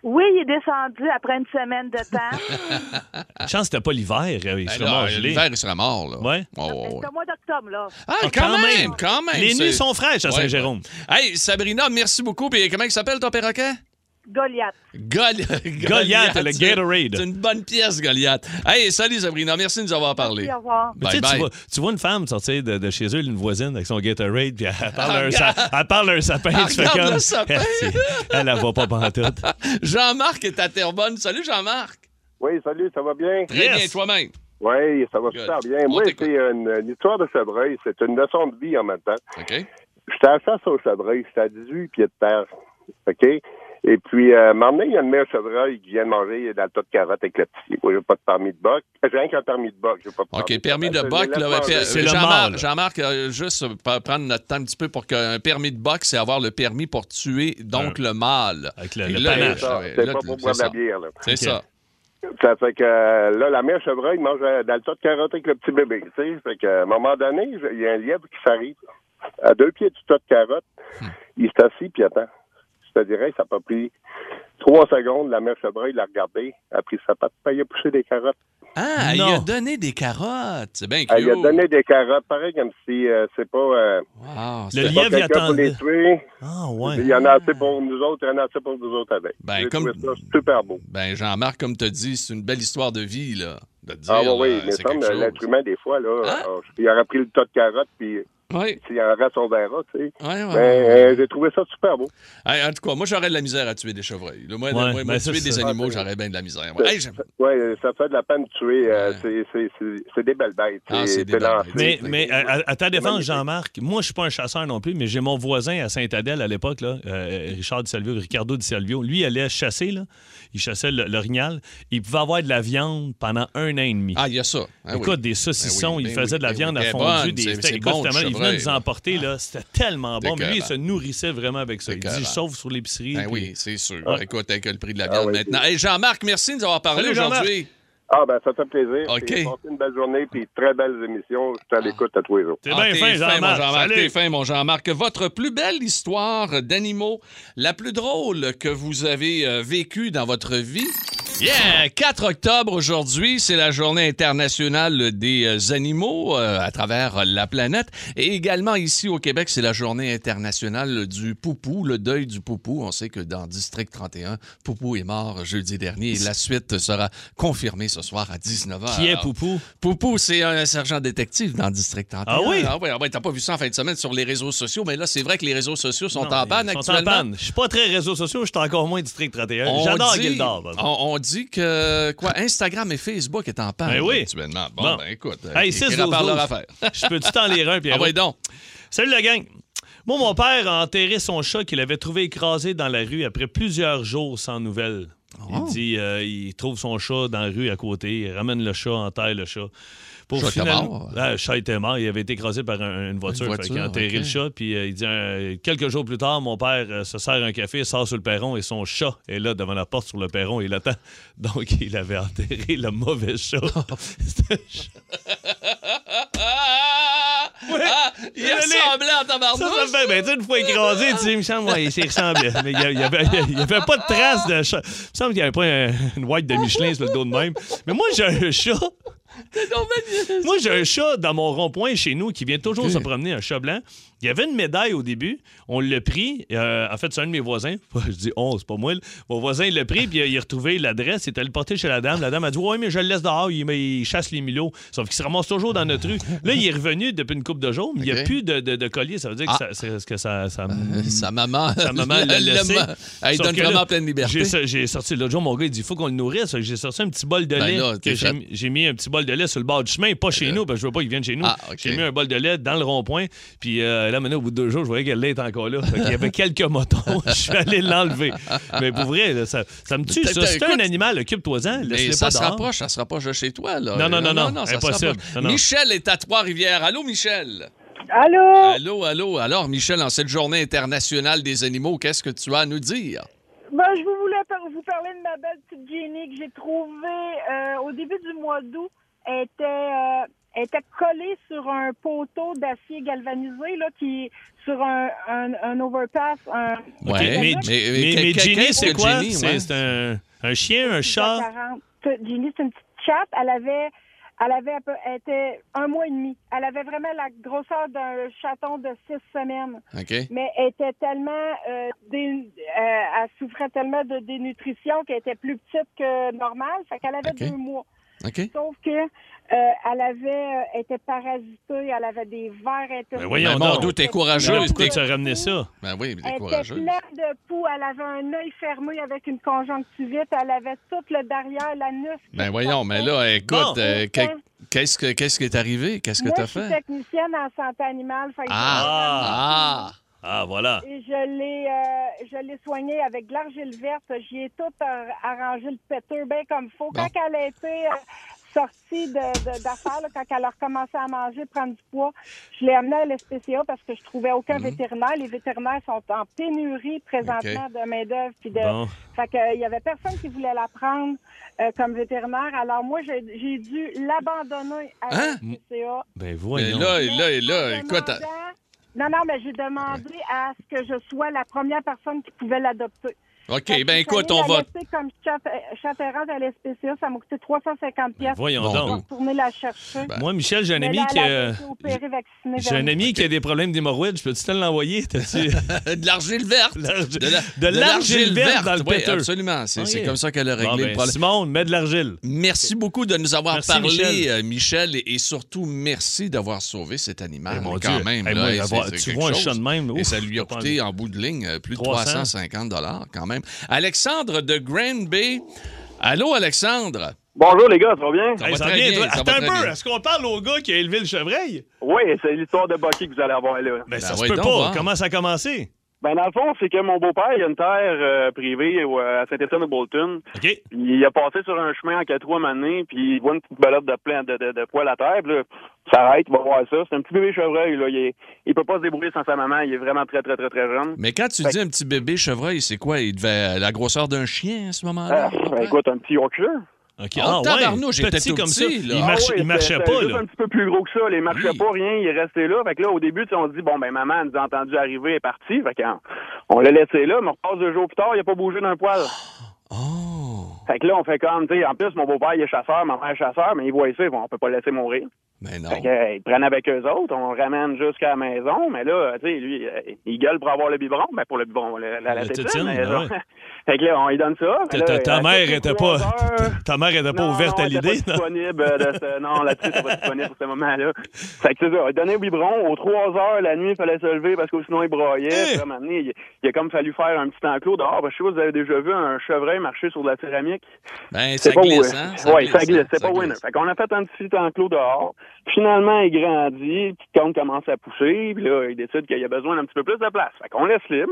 Oui, il est descendu après une semaine de temps.
Chance que c'était pas l'hiver, euh, il
Ah. Ben
serait
là,
mort gelé.
L'hiver, il sera mort, là.
Ouais.
Oh, ouais, ouais.
C'était au mois d'octobre, là.
Ah, quand,
quand
même,
même.
quand même.
Les nuits
c'est-
sont fraîches à
Ouais,
Saint-Jérôme.
ouais. Hey, Sabrina, merci beaucoup. Puis comment il s'appelle ton perroquet?
Goliath.
Gol-
Goliath, le
c'est-
Gatorade.
C'est une bonne pièce, Goliath. Hey, salut Sabrina, merci de nous avoir parlé.
Merci, au revoir.
Mais
Bye
tu, sais, tu
bye.
vois, tu vois une femme sortir de, de chez eux, une voisine, avec son Gatorade, puis elle parle
Ah,
d'un
regarde.
sa- elle parle d'un sapin.
Ah,
tu fais
regarde
comme,
le sapin.
Elle, elle, elle va pas pantoute.
Jean-Marc est à Terrebonne. Salut Jean-Marc.
Oui, salut, ça va bien?
Très
Yes.
bien toi-même.
Oui, ça va
Good.
super bien.
On
Moi,
t'écoute.
c'est une, une histoire de chevreuil. C'est une leçon de vie en même temps.
OK.
J'étais à chasse au chevreuil. J'étais à 18 pieds de terre. OK? Et puis, euh, maintenant, il y a une mère chevreuil qui vient de manger dans le tas de carottes avec le petit. Moi, j'ai pas de permis de boc. J'ai rien qu'un permis de boc. J'ai pas de
OK,
permis,
permis de
Je
boc.
laisse
là,
manger.
euh,
C'est le
Jean-Marc,
mâle.
Jean-Marc, euh, juste euh, pa- prendre notre temps un petit peu pour qu'un permis de boc, c'est avoir le permis pour tuer, donc le mâle.
Avec le-
Et
le
là,
C'est
panache.
ça.
ouais,
C'est
là,
pas
tu-
pour
c'est
boire de la
ça.
bière, là.
C'est ça.
Ça fait que euh, là, la mère chevreuil mange euh, dans le tas de carottes avec le petit bébé. Tu sais, fait que, euh, à un moment donné, je- il y a un lièvre qui s'arrive à deux pieds du tas de carottes. Il s'assit puis attend. Je te dirais, ça n'a pas pris trois secondes. La mère chevreuil l'a regardé, a pris sa patte, puis il a poussé des carottes.
Ah, il
Non.
a donné des carottes. C'est bien cute.
Elle lui Ah, a donné des carottes, pareil, comme si euh, c'est pas, euh,
Wow,
Le
c'était-
pas
lièvre, il
quelqu'un pour
attendait.
les tuer.
Ah,
Il
ouais.
y en a assez pour nous autres, il y en a assez pour nous autres avec.
Ben,
J'ai
comme-
trouvé ça super beau.
Ben, Jean-Marc, comme tu as dit, c'est une belle histoire de vie, là. De te dire,
Ah oui, oui,
là,
mais
c'est
semble
quelque chose.
l'être humain, des fois, là,
Hein?
euh, il aurait pris le tas de carottes, puis
Oui,
s'il en reste, on verra, tu sais.
oui, oui.
Ben, euh, j'ai trouvé ça super beau.
Hey, en tout cas, moi, j'aurais de la misère à tuer des chevreuils. là. Moi,
Ouais,
moi,
ben,
moi,
ça,
tuer
c'est
des
ça.
animaux, j'aurais bien de la misère. moi. Hey, j'ai-
Oui, ça fait de la peine de tuer. euh,
Ouais.
c'est- c'est- c'est- C'est des belles bêtes.
Ah, c'est des belles
lancé,
bêtes.
Mais,
c'est-
mais euh, à, à- à ta défense,
magnifique.
Jean-Marc, moi, je suis pas un chasseur non plus, mais j'ai mon voisin à Saint-Adèle à l'époque, là, euh, Richard Di Salvio, Ricardo Di Salvio. Lui, il allait chasser, là. il chassait le- l'orignal. Il pouvait avoir de la viande pendant un an et demi.
Ah, il y a ça. Ah, oui.
Écoute, des saucissons,
Ben oui,
il
ben
faisait
oui,
de la
ben oui,
viande à
ben
fondue,
bonne,
des
c'est-
steaks.
c'est
Écoute,
bon, le
vraiment, il venait nous
chevreuil, Ah.
emporter, là. C'était tellement bon. Mais lui, il
Écœurant.
se nourrissait vraiment avec ça. Il dit,
Écœurant.
je sauve sur l'épicerie.
Ben
puis-
oui, c'est sûr. Écoute, avec le prix de la viande
Ah. oui,
maintenant. Hey, Jean-Marc, merci de nous avoir parlé
Salut, Jean-Marc.
aujourd'hui.
Ah, ben, ça fait plaisir.
OK.
Puis, passez une belle journée, puis très belles émissions. Je t'en écoute à tous les jours.
T'es
Ah,
bien fin,
mon
Jean-Marc.
Jean-Marc. T'es
Salut.
fin, mon Jean-Marc. Votre plus belle histoire d'animaux, la plus drôle que vous avez euh, vécue dans votre vie. Yeah! 4 octobre aujourd'hui, c'est la journée internationale des euh, animaux euh, à travers la planète. Et également ici au Québec, c'est la journée internationale du poupou, le deuil du poupou. On sait que dans District 31, Poupou est mort jeudi dernier et la suite sera confirmée ce soir à 19h.
Qui est Poupou?
Poupou, c'est un sergent détective dans le district 31.
Ah oui?
Ah oui, ah oui, t'as pas vu ça en fin de semaine sur les réseaux sociaux, mais là, c'est vrai que les réseaux sociaux sont
Non,
en panne
ils sont
actuellement.
en panne. Je suis pas très réseaux sociaux, je suis encore moins District 31.
On
J'adore
dit- Ah,
Gildor. par exemple.
On, on dit que quoi, Instagram et Facebook est en panne
Ben oui.
actuellement. Bon,
Bon.
ben écoute,
Hey,
ils
6 12
réparent leur
12.
affaire.
Je peux-tu t'en lire un,
Ah
Pierre?
oui, donc.
Salut la gang! Moi, mon père a enterré son chat qu'il avait trouvé écrasé dans la rue après plusieurs jours sans nouvelles.
Oh.
Il dit euh, il trouve son chat dans la rue à côté, il ramène le chat, enterre le chat. Pour
Chat était
finalement-
mort.
Ah, le chat était mort, il avait été écrasé par un- une voiture.
Une
fait qu'il a
voiture,
enterré
ok.
le chat, puis euh, il dit euh, quelques jours plus tard, mon père euh, se sert un café, sort sur le perron et son chat est là devant la porte sur le perron et il attend. Donc, il avait enterré le mauvais chat. C'était un chat.
Ah! Ah! il
Désolé.
ressemblait en
Ça,
tabarnouche.
ça me fait, ben, tu sais, une fois écrasé, tu dis, il me semble, ouais, il s'y ressemblait. Mais il y a- il y avait, il y avait pas de trace de chat. Il me semble qu'il n'y avait pas un- une white de Michelin sur le dos de même. Mais moi, j'ai un chat. Moi, j'ai un chat dans mon rond-point chez nous qui vient toujours se promener, un chat blanc. Il y avait une médaille au début. On l'a pris. Euh, en fait, c'est un de mes voisins. Je dis on, c'est pas moi. là. Mon voisin, il l'a pris, puis il a retrouvé l'adresse. Il est allé le porter chez la dame. La dame a dit Ouais, mais je le laisse dehors. Il, il chasse les milots. Sauf qu'il se ramasse toujours dans notre rue. Là, il est revenu depuis une couple de jours, mais il n'y a
Ok.
plus de, de- de collier. Ça veut dire que
Ah.
ça- c'est- est-ce que ça. ça-
Euh, Sa maman,
sa maman l'a
le- le-
laissé.
Elle
Sauf
donne
que là,
vraiment pleine liberté.
j'ai so- J'ai sorti l'autre jour, mon gars, il dit il faut qu'on le nourrisse. Fait que J'ai sorti un petit bol de
Ben
lait.
là, t'es
que j'ai,
fait. Euh.
mis- j'ai mis un petit bol de lait sur le bord du chemin, pas chez nous, parce que je veux pas qu'il vienne chez nous.
Ah, ok.
J'ai mis un bol de lait dans le rond-point. Puis euh, là, maintenant, au bout de deux jours, je voyais que le lait était encore là. il y avait quelques motons. Je suis allé l'enlever. Mais pour vrai, là, ça, ça me tue.
Peut-être,
Ça. C'est un
écoute,
animal, occupe-toi-en.
Mais
Laisse-le
ça
pas
se
dehors.
rapproche, ça se rapproche de chez toi. Là.
Non, non, non, non,
ça se
impossible.
rapproche.
Non, non.
Michel est à Trois-Rivières. Allô, Michel?
Allô?
Allô, allô. Alors, Michel, en cette journée internationale des animaux, qu'est-ce que tu as à nous dire?
Ben, je voulais par- vous parler de ma belle petite Jenny que j'ai trouvée euh, au début du mois d'août. Elle était, euh, elle était collée sur un poteau d'acier galvanisé là, qui sur un, un, un overpass.
Ouais,
Un,
mais,
mais- mais-
mais, mais
qu'est-
Ginny,
qu'est-ce
c'est
que
quoi?
Ginny,
c'est,
ouais?
c'est un, un chien, un chat.
40. Jenny, c'est une petite chatte. Elle avait, elle avait, un peu- elle était un mois et demi. Elle avait vraiment la grosseur d'un chaton de six semaines.
OK.
Mais elle était tellement, euh, dé- euh, elle souffrait tellement de dénutrition qu'elle était plus petite que normale. Fait qu'elle avait
Ok.
deux mois.
OK.
Sauf que euh, elle avait, euh, elle était parasitée, elle avait des vers
Ben
intestinaux.
voyons
Mais mon
donc.
Dieu, t'es
Mais
courageux.
Pourquoi tu as ramené ça?
Ben oui, mais
Elle
t'es
était
courageux.
pleine de poux, elle avait un œil fermé avec une conjonctivite, elle avait tout le derrière, l'anus. qui
Ben voyons, mais là, écoute,
Bon.
euh, que- qu'est-ce, que, qu'est-ce qui est arrivé? Qu'est-ce que
Moi,
t'as
je suis
fait?
technicienne en santé animale. fait que
Ah!
Ah, voilà.
Et je l'ai, euh, je l'ai soignée avec de l'argile verte. J'y ai tout ar- arrangé le péteur bien comme faut.
Bon.
Quand elle a été euh, sortie de, de- d'affaires, là, quand elle a recommencé à manger, prendre du poids, je l'ai amenée à l'SPCA parce que je trouvais
Mhm.
aucun vétérinaire. Les vétérinaires sont en pénurie présentement de main-d'œuvre. puis de...
Bon.
Fait que, euh, il y avait personne qui voulait la prendre euh, comme vétérinaire. Alors moi, j'ai, j'ai dû l'abandonner à
Hein?
l'SPCA.
Ben
Mais
voyons.
là, et là, et
En
là, écoute.
demandant- Non, non, mais j'ai demandé à ce que je sois la première personne qui pouvait l'adopter.
OK,
Fait que
ben
je suis
écoute,
allée
on
la
va.
laisser comme euh, chape- chaperone à l'SPCA, ça m'a coûté 350
Ben,
pièces
voyons
Bon,
donc.
donc.
retourner la chercher.
Ben,
Moi, Michel, j'ai un
Mais
ami
là,
qui.
elle a
euh,
été opérée, vaccinée,
j'ai un
ben,
vaccinée.
ami qui a des problèmes d'hémorroïdes. Je peux-tu te l'envoyer? T'as-tu-
de l'argile verte.
l'argile-
la-
de l'argile verte dans le
oui,
péteux.
absolument. C'est c'est
Ok.
comme ça qu'elle a réglé
Bon, ben,
le problème.
Simon, mets de l'argile.
Merci beaucoup de nous avoir
Merci,
parlé,
Michel.
euh, Michel, et, et surtout merci d'avoir sauvé cet animal.
Eh, mon
là,
Dieu.
quand même,
Eh,
là,
moi,
et
avoir-
c'est-
tu
c'est
vois un
quelque
chat de
chose.
même,
Et
ouf,
ça lui a
t'as pas
coûté en bout de ligne euh, plus de
300.
350 quand même. Alexandre de Grand Bay. Allô, Alexandre?
Bonjour les gars, ça va bien?
Ça
Hey,
va
ça
très
vient,
bien,
toi.
ça
Attends
va
un
très
peu.
bien.
Est-ce qu'on parle au gars qui a élevé le chevreuil?
Oui, c'est l'histoire de Bucky que vous allez avoir là.
Ben, ça
Ben
se
oui,
peut
donc,
pas.
voir.
Comment ça a commencé?
Ben dans le fond, c'est que mon beau-père, il a une terre euh, privée au- à Saint-Étienne-de-Bolton.
OK.
Puis Il a passé sur un chemin en quatre roues à un moment donné, puis il voit une petite balade de, plein, de, de, de poils à terre, puis là, il s'arrête, il va voir ça. C'est un petit bébé chevreuil, là. Il, est- il peut pas se débrouiller sans sa maman, il est vraiment très, très, très, très jeune.
Mais quand tu
Fait-
dis un petit bébé chevreuil, c'est quoi? Il devait euh, la grosseur d'un chien à ce moment-là?
Ah, ben, écoute, un petit Yorkshire.
OK.
Oh,
Ah, ouais.
tabarnouche, j'étais
Petit
tout
comme ça.
petit, là.
Il
Ah
marchait,
ouais,
il marchait
c'était-
pas,
c'était juste
là.
un petit peu plus gros que ça. Il marchait
Oui.
pas, rien. Il est resté là. Fait que là, au début, tu sais, on se dit, bon, ben, maman nous a entendu arriver, elle est partie. Fait qu'on on l'a laissé là, mais on repasse deux jours plus tard, il a pas bougé d'un poil.
Oh!
Fait que là, on fait comme, tu sais, en plus, mon beau-père, il est chasseur, ma mère est chasseur, mais il voit ça, ils vont, on peut pas le laisser mourir.
Mais non.
Fait que, euh, ils prennent avec eux autres, on le ramène jusqu'à la maison, mais là, tu sais, lui, euh, il gueule pour avoir le biberon, mais pour le biberon, le- la, la
La
tétine.
tétine,
mais,
ben
là,
ouais.
fait que là, on lui donne ça. mais
Ta,
là,
ta- ta
à
mère
toutes les
était
trois
pas,
heures-
ta mère était pas
non,
ouverte
non,
à
elle était pas
l'idée. non?
disponible euh, de ce- Non, là-dessus, c'est pas disponible pour ce moment-là. Fait que c'est ça, il donnait au biberon. Aux 3 heures, la nuit, il fallait se lever parce que sinon, il broyait.
Hein?
Puis là, à un moment donné, il, il a comme fallu faire un petit enclos dehors. Parce que je sais pas si vous avez déjà vu un chevreuil marcher sur de la céramique.
Ben, ça
C'est pas
glisse,
où-
hein?
ouais, ça glisse. C'est
ça
pas winner.
glisse.
Fait qu'on a fait un petit enclos dehors. Finalement, il grandit. Petite corne commence à pousser. Puis là, il décide qu'il a besoin d'un petit peu plus de place. Fait qu'on laisse libre.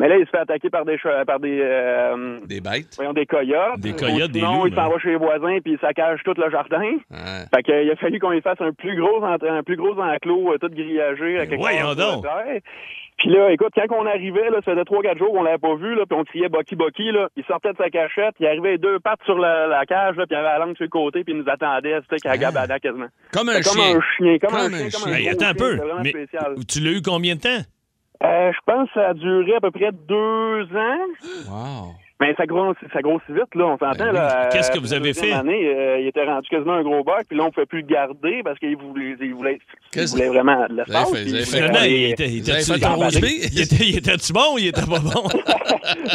Mais là, il se fait attaquer par des, che- par des, euh,
Des bêtes.
voyons, des coyotes.
Des coyotes,
Ou
des
sinon,
loups,
il s'en
ben.
va chez les voisins puis il saccage tout le jardin.
Ouais.
Fait qu'il a fallu qu'on lui fasse un plus gros, en- un plus gros enclos euh, tout grillagé. à quelque
Ben voyons
part sur la
donc.
terre. Puis là, écoute, quand on arrivait, là, ça faisait trois, quatre jours qu'on l'avait pas vu, là, puis on criait Bucky Bucky, là. Il sortait de sa cachette, il arrivait deux pattes sur la, la cage, là, puis il avait la langue sur le côté, puis il nous attendait, c'était
Ah.
qu'à Gabada quasiment.
Comme un
C'était comme
chien.
un chien, comme,
Comme
un
un
chien, comme
chien.
un
Hey,
gros
attends un
chien,
peu.
c'était vraiment
Mais
spécial.
tu l'as eu combien de temps?
Euh, je pense que ça a duré à peu près deux ans.
Wow.
Mais Ben, ça grossit, ça grossit vite, là, on s'entend.
Ben oui.
là,
Qu'est-ce que
euh,
vous avez
deuxième
fait?
Année, euh, il était rendu quasiment un gros bac, puis là, on ne pouvait plus le garder parce qu'il voulait, il voulait, il
Qu'est-ce-
voulait vraiment de
Vous avez
l'espace.
fait-
puis
vous avez fait
voulait
Finalement,
quoi?
qu'on
il
les-
était, il
Vous
était,
avez
il
fait un
était,
rose
il était, il était-tu bon ou il était pas bon?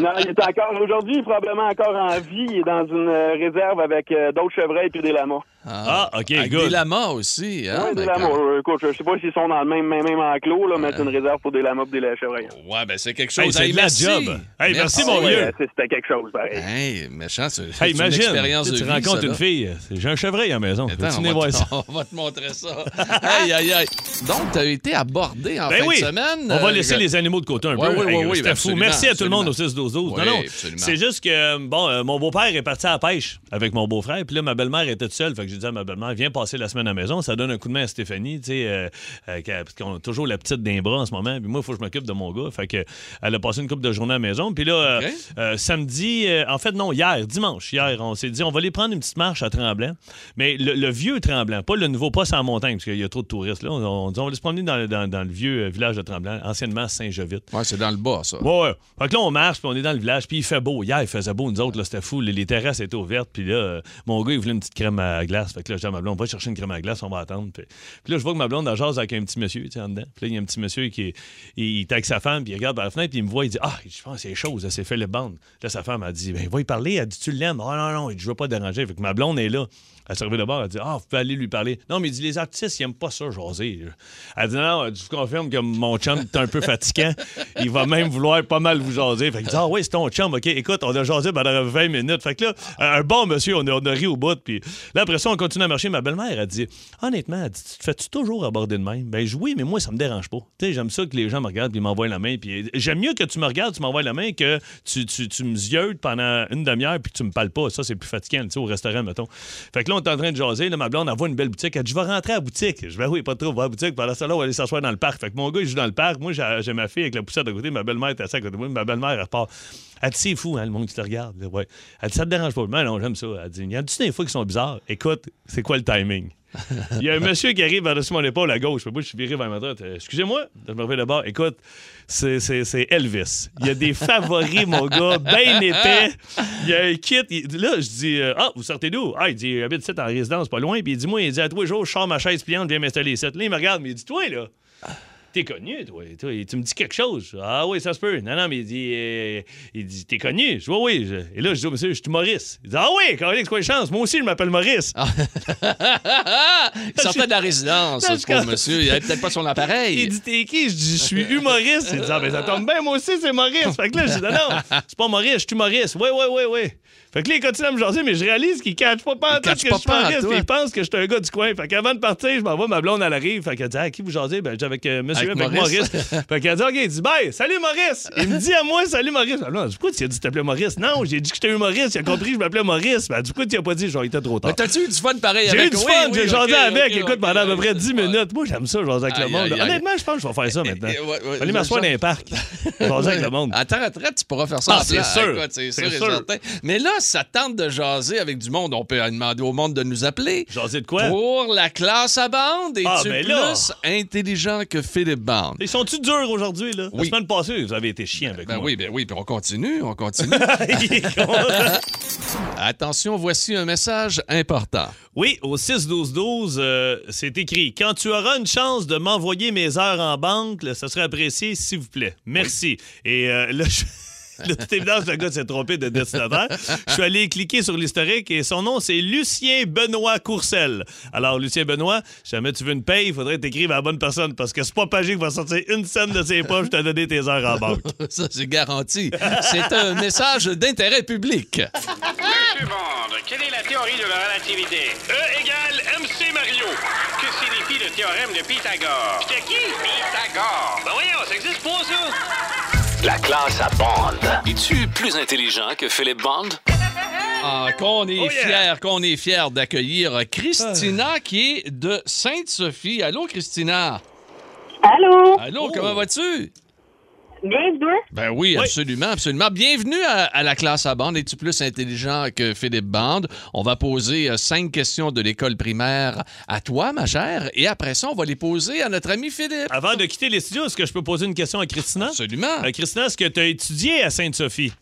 Non, il est encore, aujourd'hui, il est probablement encore en vie. Il est dans une euh, réserve avec euh, d'autres chevreuils puis des lamas.
Ah,
Ah, OK,
Avec
good.
Des lamas aussi. hein,
Ouais, des
ben,
lamas.
quand-
Euh, Écoute, je sais pas s'ils sont dans le même, même, même enclos, là, mais c'est une réserve pour des lamas et des chevreuils.
Ouais, ben c'est quelque chose.
Hey, c'est de la
merci.
job. Hey, merci, mon
Ouais,
vieux.
euh, c'est- C'était quelque chose, pareil.
Hey, méchant, c'est c'est
Hey,
une
imagine,
expérience
tu
de vie.
rencontres
ça,
une
là.
fille. c'est- J'ai un chevreuil à la maison.
Attends,
Veux-tu
on,
venir voir
va
ça?
te, on va te montrer ça. aïe, aïe, aïe. Donc, tu as été abordé en
Ben
fin
oui,
de semaine.
on va
euh,
laisser
je-
les animaux de côté un
Ouais,
peu.
ouais, ouais, oui,
c'était
ben
fou.
absolument,
Merci à tout le monde au
absolument.
6-12-12.
Oui,
non, non,
absolument.
c'est juste que bon, euh, mon beau-père est parti à la pêche avec mon beau-frère. Puis là, ma belle-mère était toute seule. Fait que j'ai dit à ma belle-mère, viens passer la semaine à la maison. Ça donne un coup de main à Stéphanie, tu sais, euh, euh, qu'elle- parce qu'on a toujours la petite d'un bras en ce moment. Puis moi, il faut que je m'occupe de mon gars. Fait que elle a passé une couple de journées à la maison. Puis là, euh,
Ok.
euh, samedi, euh, en fait, non, hier, dimanche, hier, on s'est dit, on va aller prendre une petite marche à Tremblant. Mais le, le vieux Tremblant, pas le nouveau, pas en montagne, parce qu'il y a trop de touristes. Là. On, on dit, on va se promener dans, le- dans- dans le vieux euh, village de Tremblant, anciennement Saint-Jovite.
Ouais, c'est dans le bas, ça.
Ouais, ouais. Fait que là, on marche, puis on est dans le village, puis il fait beau. Hier, il faisait beau, nous autres, là, c'était fou. Les, les terrasses étaient ouvertes, puis là, euh, mon gars, il voulait une petite crème à glace. Fait que là, je dis à ma blonde, on va chercher une crème à glace, on va attendre. Puis, puis là, je vois que ma blonde, elle jase avec un petit monsieur, tu sais, en dedans. Puis là, il y a un petit monsieur qui est- il, il tague sa femme, puis il regarde par la fenêtre, puis il me voit, il dit, ah, je pense que c'est chaud, ça s'est fait le bande. Là, sa femme, a dit, ben, va y parler. Elle dit, tu l'aimes? Ah, non, non, il dit, je veux pas te déranger. Fait que ma blonde est là. Elle s'est arrivée de bord, elle dit Ah, vous pouvez aller lui parler. Non, mais il dit Les artistes, ils n'aiment pas ça, jaser. Elle dit Non, elle dit, je vous confirme que mon chum est un peu fatigant. hein? Il va même vouloir pas mal vous jaser. Fait que dit Ah, oui, c'est ton chum. OK, écoute, on a jasé pendant 20 minutes. Fait que là, un bon monsieur, on a, on a ri au bout. Puis là, après ça, on continue à marcher. Ma belle-mère, a dit Honnêtement, elle dit Tu te fais-tu toujours aborder de même Ben, je- oui, mais moi, ça me dérange pas. Tu sais, j'aime ça que les gens me regardent puis ils m'envoient la main. Puis j'aime mieux que tu me regardes, tu m'envoies la main que tu, tu, tu me zieutes pendant une demi-heure puis que tu me parles pas. Ça, c'est plus fatigant, tu sais, au restaurant, mettons. Fait que là, on est en train de jaser. Là, ma blonde, elle voit une belle boutique. Elle dit Je vais rentrer à la boutique. Je vais, oui, pas trop, on va à la boutique. Pendant ça, là, on va aller s'asseoir dans le parc. Fait que mon gars, il joue dans le parc. Moi, j'ai j'ai ma fille avec la poussette à côté. Ma belle-mère est assise à côté de moi. Ma belle-mère, elle repart. Elle dit, c'est fou, hein, le monde qui te regarde. là, ouais. Elle dit, ça te dérange pas. Mais non, j'aime ça. Elle dit, il y en a des fois qui sont bizarres. Écoute, c'est quoi le timing? Il y a un monsieur qui arrive par-dessus mon épaule à gauche. Moi, je suis viré vers ma droite. Euh, Excusez-moi, je me reviens d'abord. Écoute, c'est- c'est c'est Elvis. Il y a des favoris, mon gars, bien épais. Il y a un kit. Il- Là, je dis euh, Ah, vous sortez d'où Ah, il dit Il habite ici en résidence, pas loin. Puis il dit Moi, il dit À tous les jours, je sors ma chaise pliante, viens m'installer ici. Là, il me regarde, mais il dit Toi, là. T'es connu, toi, toi. Tu me dis quelque chose. Ah oui, ça se peut. Non, non, mais il dit, euh, il dit T'es connu. Je dis, oui, oui. Je- Et là, je dis, monsieur, je suis Maurice. Il dit, ah oui, Caroline, c'est quoi les chances? Moi aussi, je m'appelle Maurice.
il sortait de la résidence,
Parce
ce pauvre
que-
monsieur. Il avait peut-être pas son appareil.
Il dit T'es qui Je dis Je suis humoriste. Il dit Ah, ben ça tombe bien, moi aussi, c'est Maurice. Fait que là, je dis Non, non, c'est pas Maurice, je suis humoriste. Ouais, ouais, ouais, ouais. Fait que là, il continue à me jaser, mais je réalise qu'il catch pas pas en tout que
catch
je suis
pas pantoute.
humoriste. puis Il pense que je suis un gars du coin. Fait qu'avant de partir, je m'envoie ma blonde à la rive. Fait qu'elle dit À qui vous jasez Ben, j'ai avec euh, monsieur,
Avec
avec,
Maurice.
Maurice. fait qu'elle dit Ok, il dit Bye, salut Maurice. Il me dit à moi Salut Maurice. Ma blonde, elle dit, Pourquoi tu as dit que tu t'appelais Maurice Non, j'ai dit que j'étais humoriste. Il a compris que je m'appelais Maurice. Ben, du coup, tu as pas dit, genre, il était trop tard.
Mais t'as-tu eu du fun pareil
J'ai
avec
eu du
Oui,
fun,
oui,
j'ai
ok,
jasé
ok,
avec,
ok,
écoute, pendant à peu
ok.
près 10 minutes. Moi, j'aime ça, jaser avec le
Aïe,
monde.
aïe, aïe.
Honnêtement, je pense que je vais faire ça maintenant.
eh, ouais, ouais,
Aller m'asseoir
je-
dans les parcs, jaser avec le monde.
À ta retraite, tu pourras faire ça.
Ah,
en
c'est
plan.
sûr.
Écoute, c'est
C'est
sûr, et
sûr.
certain. Mais là, ça tente de jaser avec du monde. On peut demander au monde de nous appeler.
Jaser de quoi?
Pour la classe à bande, es-tu
Ah, ben
plus
là.
intelligent que Philippe Bande?
Ils sont-tu durs aujourd'hui, là?
Oui.
La semaine passée, vous avez été chiant avec
Ben
moi.
oui, ben oui, puis on continue, on continue. Attention, voici un message important.
Oui, au 6-12-12, euh, c'est écrit Quand tu auras une chance de m'envoyer mes heures en banque, là, ça serait apprécié, s'il vous plaît. Merci. Et euh, là, je. De toute évidence, le gars s'est trompé de destinataire. Je suis allé cliquer sur l'historique et son nom, c'est Lucien Benoît Courcelle. Alors, Lucien Benoît, si jamais tu veux une paye, il faudrait que t'écrives à la bonne personne parce que c'est pas Pagé qui va sortir une scène de ses poches et te donner tes heures en banque.
Ça, c'est garanti. C'est un message d'intérêt public.
Ah.
Monsieur Bond, quelle est la théorie de la relativité? E égale MC Mario. Que signifie le théorème de Pythagore? De qui? Pythagore. Ben voyons, ça existe pas, ça?
La classe à bande. Es-tu plus intelligent que Philippe Bond?
Ah, qu'on est
Oh yeah! Ah.
fiers, qu'on est fiers d'accueillir Christina qui est de Sainte-Sophie. Allô, Christina?
Allô?
Allô,
Oh!
comment vas-tu?
Bien, toi?
Ben oui, absolument, absolument. Bienvenue à, à la classe à bande. Es-tu plus intelligent que Philippe Bande? On va poser euh, cinq questions de l'école primaire à toi, ma chère, et après ça, on va les poser à notre ami
Ah.
Philippe.
Avant de quitter les studios, est-ce que je peux poser une question à Christina?
Absolument.
Euh, Christina, est-ce que tu as étudié à Sainte-Sophie?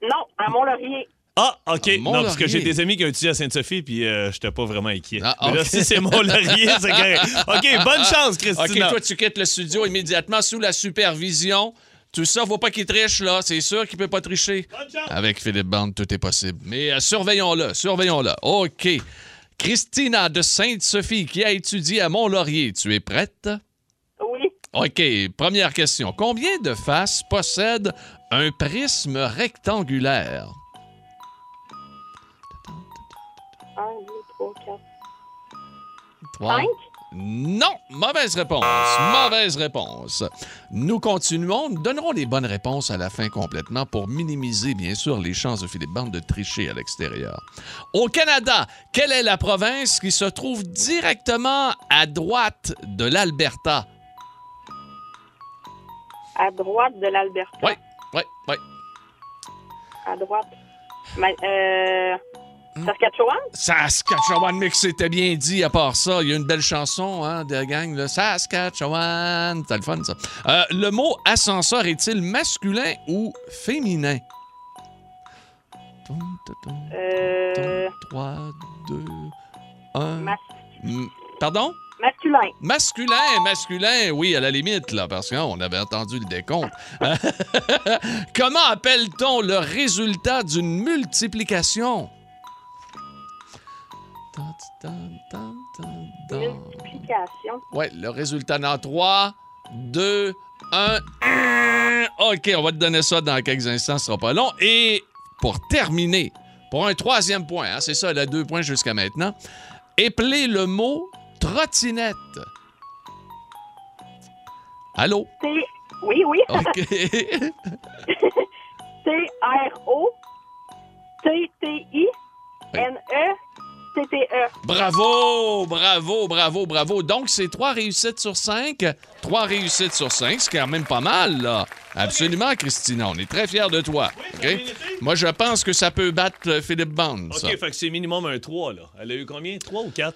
Non, à Mont-Laurier.
Ah, OK.
Ah,
non, parce que
Mont-Laurier.
j'ai des amis qui ont étudié à Sainte-Sophie, puis je j'étais pas vraiment inquiet.
Ah,
Mais là,
OK.
si c'est mon laurier, c'est correct. OK, bonne chance,
OK,
Christina.
toi, tu quittes le studio immédiatement sous la supervision. Tout ça, faut pas qu'il triche, là. C'est sûr qu'il peut pas tricher.
Bonne chance.
Avec Philippe Bande, tout est possible. Mais euh, surveillons-le, surveillons-le. OK. Christina de Sainte-Sophie, qui a étudié à Mont-Laurier, tu es prête?
Oui.
OK, première question. Combien de faces possède un prisme rectangulaire?
1, 2, 3, 4,
Trois. Non, mauvaise réponse. Mauvaise réponse. Nous continuons. Nous donnerons les bonnes réponses à la fin complètement pour minimiser, bien sûr, les chances de Philippe Bande de tricher à l'extérieur. Au Canada, quelle est la province qui se trouve directement à droite de l'Alberta?
À droite de l'Alberta.
Oui, oui, oui.
À droite. Ma- euh,
Hmm.
Saskatchewan?
Saskatchewan, mais que c'était bien dit à part ça. Il y a une belle chanson hein, de la gang, là. Saskatchewan. C'est le fun, ça. Euh, le mot ascenseur est-il masculin ou féminin? Tum, tum, tum,
Euh,
tum. Trois, deux, un.
mas-
Mm, Pardon?
masculin.
Masculin, masculin, oui, à la limite, là, parce qu'on avait entendu le décompte. Comment appelle-t-on le résultat d'une multiplication? Tan, tan, tan, tan,
Oh.
tan.
Multiplication.
Ouais, le résultat dans 3, 2, 1. OK, on va te donner ça dans quelques instants, ce sera pas long. Et pour terminer, pour un troisième point, hein, c'est ça, elle a deux points jusqu'à maintenant, épeler le mot trottinette. Allô?
T. Oui, oui.
OK.
T-R-O. T-T-I. N-E.
TTE.
Bravo, bravo, bravo, bravo. Donc, c'est trois réussites sur cinq. Trois réussites sur cinq, c'est quand même pas mal, là. Absolument, Christina. On est très fiers de toi. OK? Moi, je pense que ça peut battre euh, Philippe Bond, ça.
OK, fait que c'est minimum un 3, là. Elle a eu combien? 3 ou 4?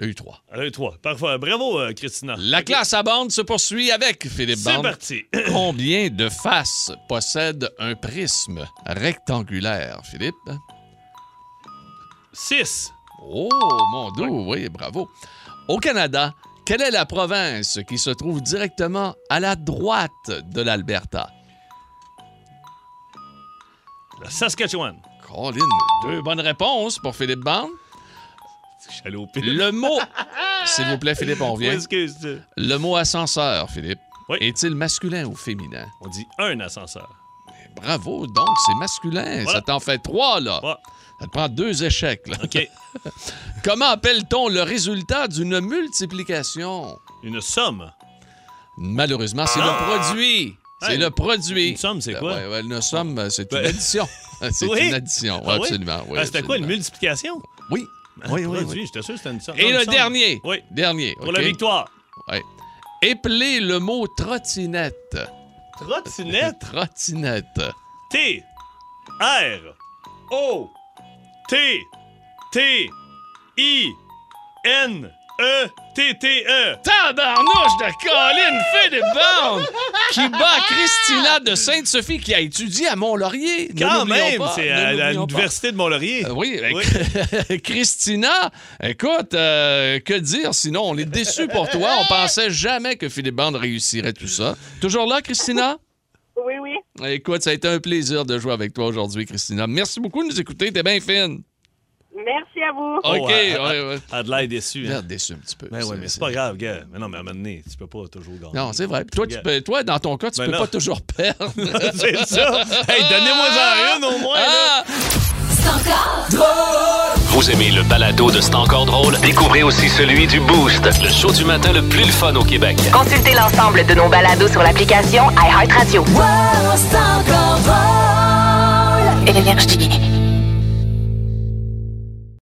Il y a eu trois.
Elle a eu 3. Parfait. Bravo, euh, Christina.
La classe à bande se poursuit avec Philippe
C'est
Bond.
parti.
Combien de faces possède un prisme rectangulaire, Philippe?
6.
Oh, mon dos, oui, bravo. Au Canada, quelle est la province qui se trouve directement à la droite de l'Alberta?
La Saskatchewan.
Colin, deux bonnes réponses pour Philippe Bond.
J'allais au pire.
Le mot, s'il vous plaît, Philippe, on revient.
Excuse.
Le mot ascenseur, Philippe,
Oui.
est-il masculin ou féminin?
On dit un ascenseur.
Bravo, donc c'est masculin.
Voilà.
Ça t'en fait trois, là.
Ouais.
Ça te prend deux échecs, là.
OK.
Comment appelle-t-on le résultat d'une multiplication?
Une somme.
Malheureusement, c'est le produit. C'est
Ah! Hey,
le produit.
une somme, c'est
Euh,
quoi?
ouais, ouais, une somme, euh, c'est une
Ben-
addition. c'est
Oui?
une addition,
Ah oui?
absolument. oui,
Ah, C'était quoi, une
absolument.
multiplication?
Oui. Oui, oui,
Produit,
oui.
J'étais sûr que c'était une somme.
Et
Non,
le
une somme.
dernier.
Oui.
Dernier.
Pour
OK?
la victoire.
Ouais. Épeler le mot trottinette.
Trottinette.
Trottinette.
T. R. O. T. T. I. N. E. T. T. E.
Tabarnouche de Colin Philippe Bond qui bat Christina de Sainte-Sophie qui a étudié à Mont-Laurier. Ne
Quand
l'oublions
même,
pas,
c'est
ne
à à
l'oublions pas.
l'Université de Mont-Laurier.
Euh, Oui, euh, Christina, écoute, euh, que dire sinon? On est déçus pour toi. On pensait jamais que Philippe Bande réussirait tout ça. Toujours là, Christina?
Oui, oui.
Écoute, ça a été un plaisir de jouer avec toi aujourd'hui, Christina. Merci beaucoup de nous écouter. T'es bien fine.
Merci à vous.
OK.
ah,
ouais,
ah,
ouais.
Adelaide déçu.
J'ai
Hein.
l'air déçu un petit peu.
Ben ouais, mais c'est pas grave, gars. Mais non, mais à un moment donné, tu peux pas toujours gagner.
Non, c'est vrai. Puis Toi, tu
Gars.
peux- toi, dans ton cas, tu
Ben
peux
non.
pas toujours perdre.
c'est ça. Hey, donnez-moi en une au moins,
Ah!
là.
Vous aimez le balado de C'est encore drôle? Découvrez aussi celui du Boost, le show du matin le plus le fun au Québec.
Consultez l'ensemble de nos balados sur l'application iHeartRadio. Wow, c'est encore drôle. Et l'énergie.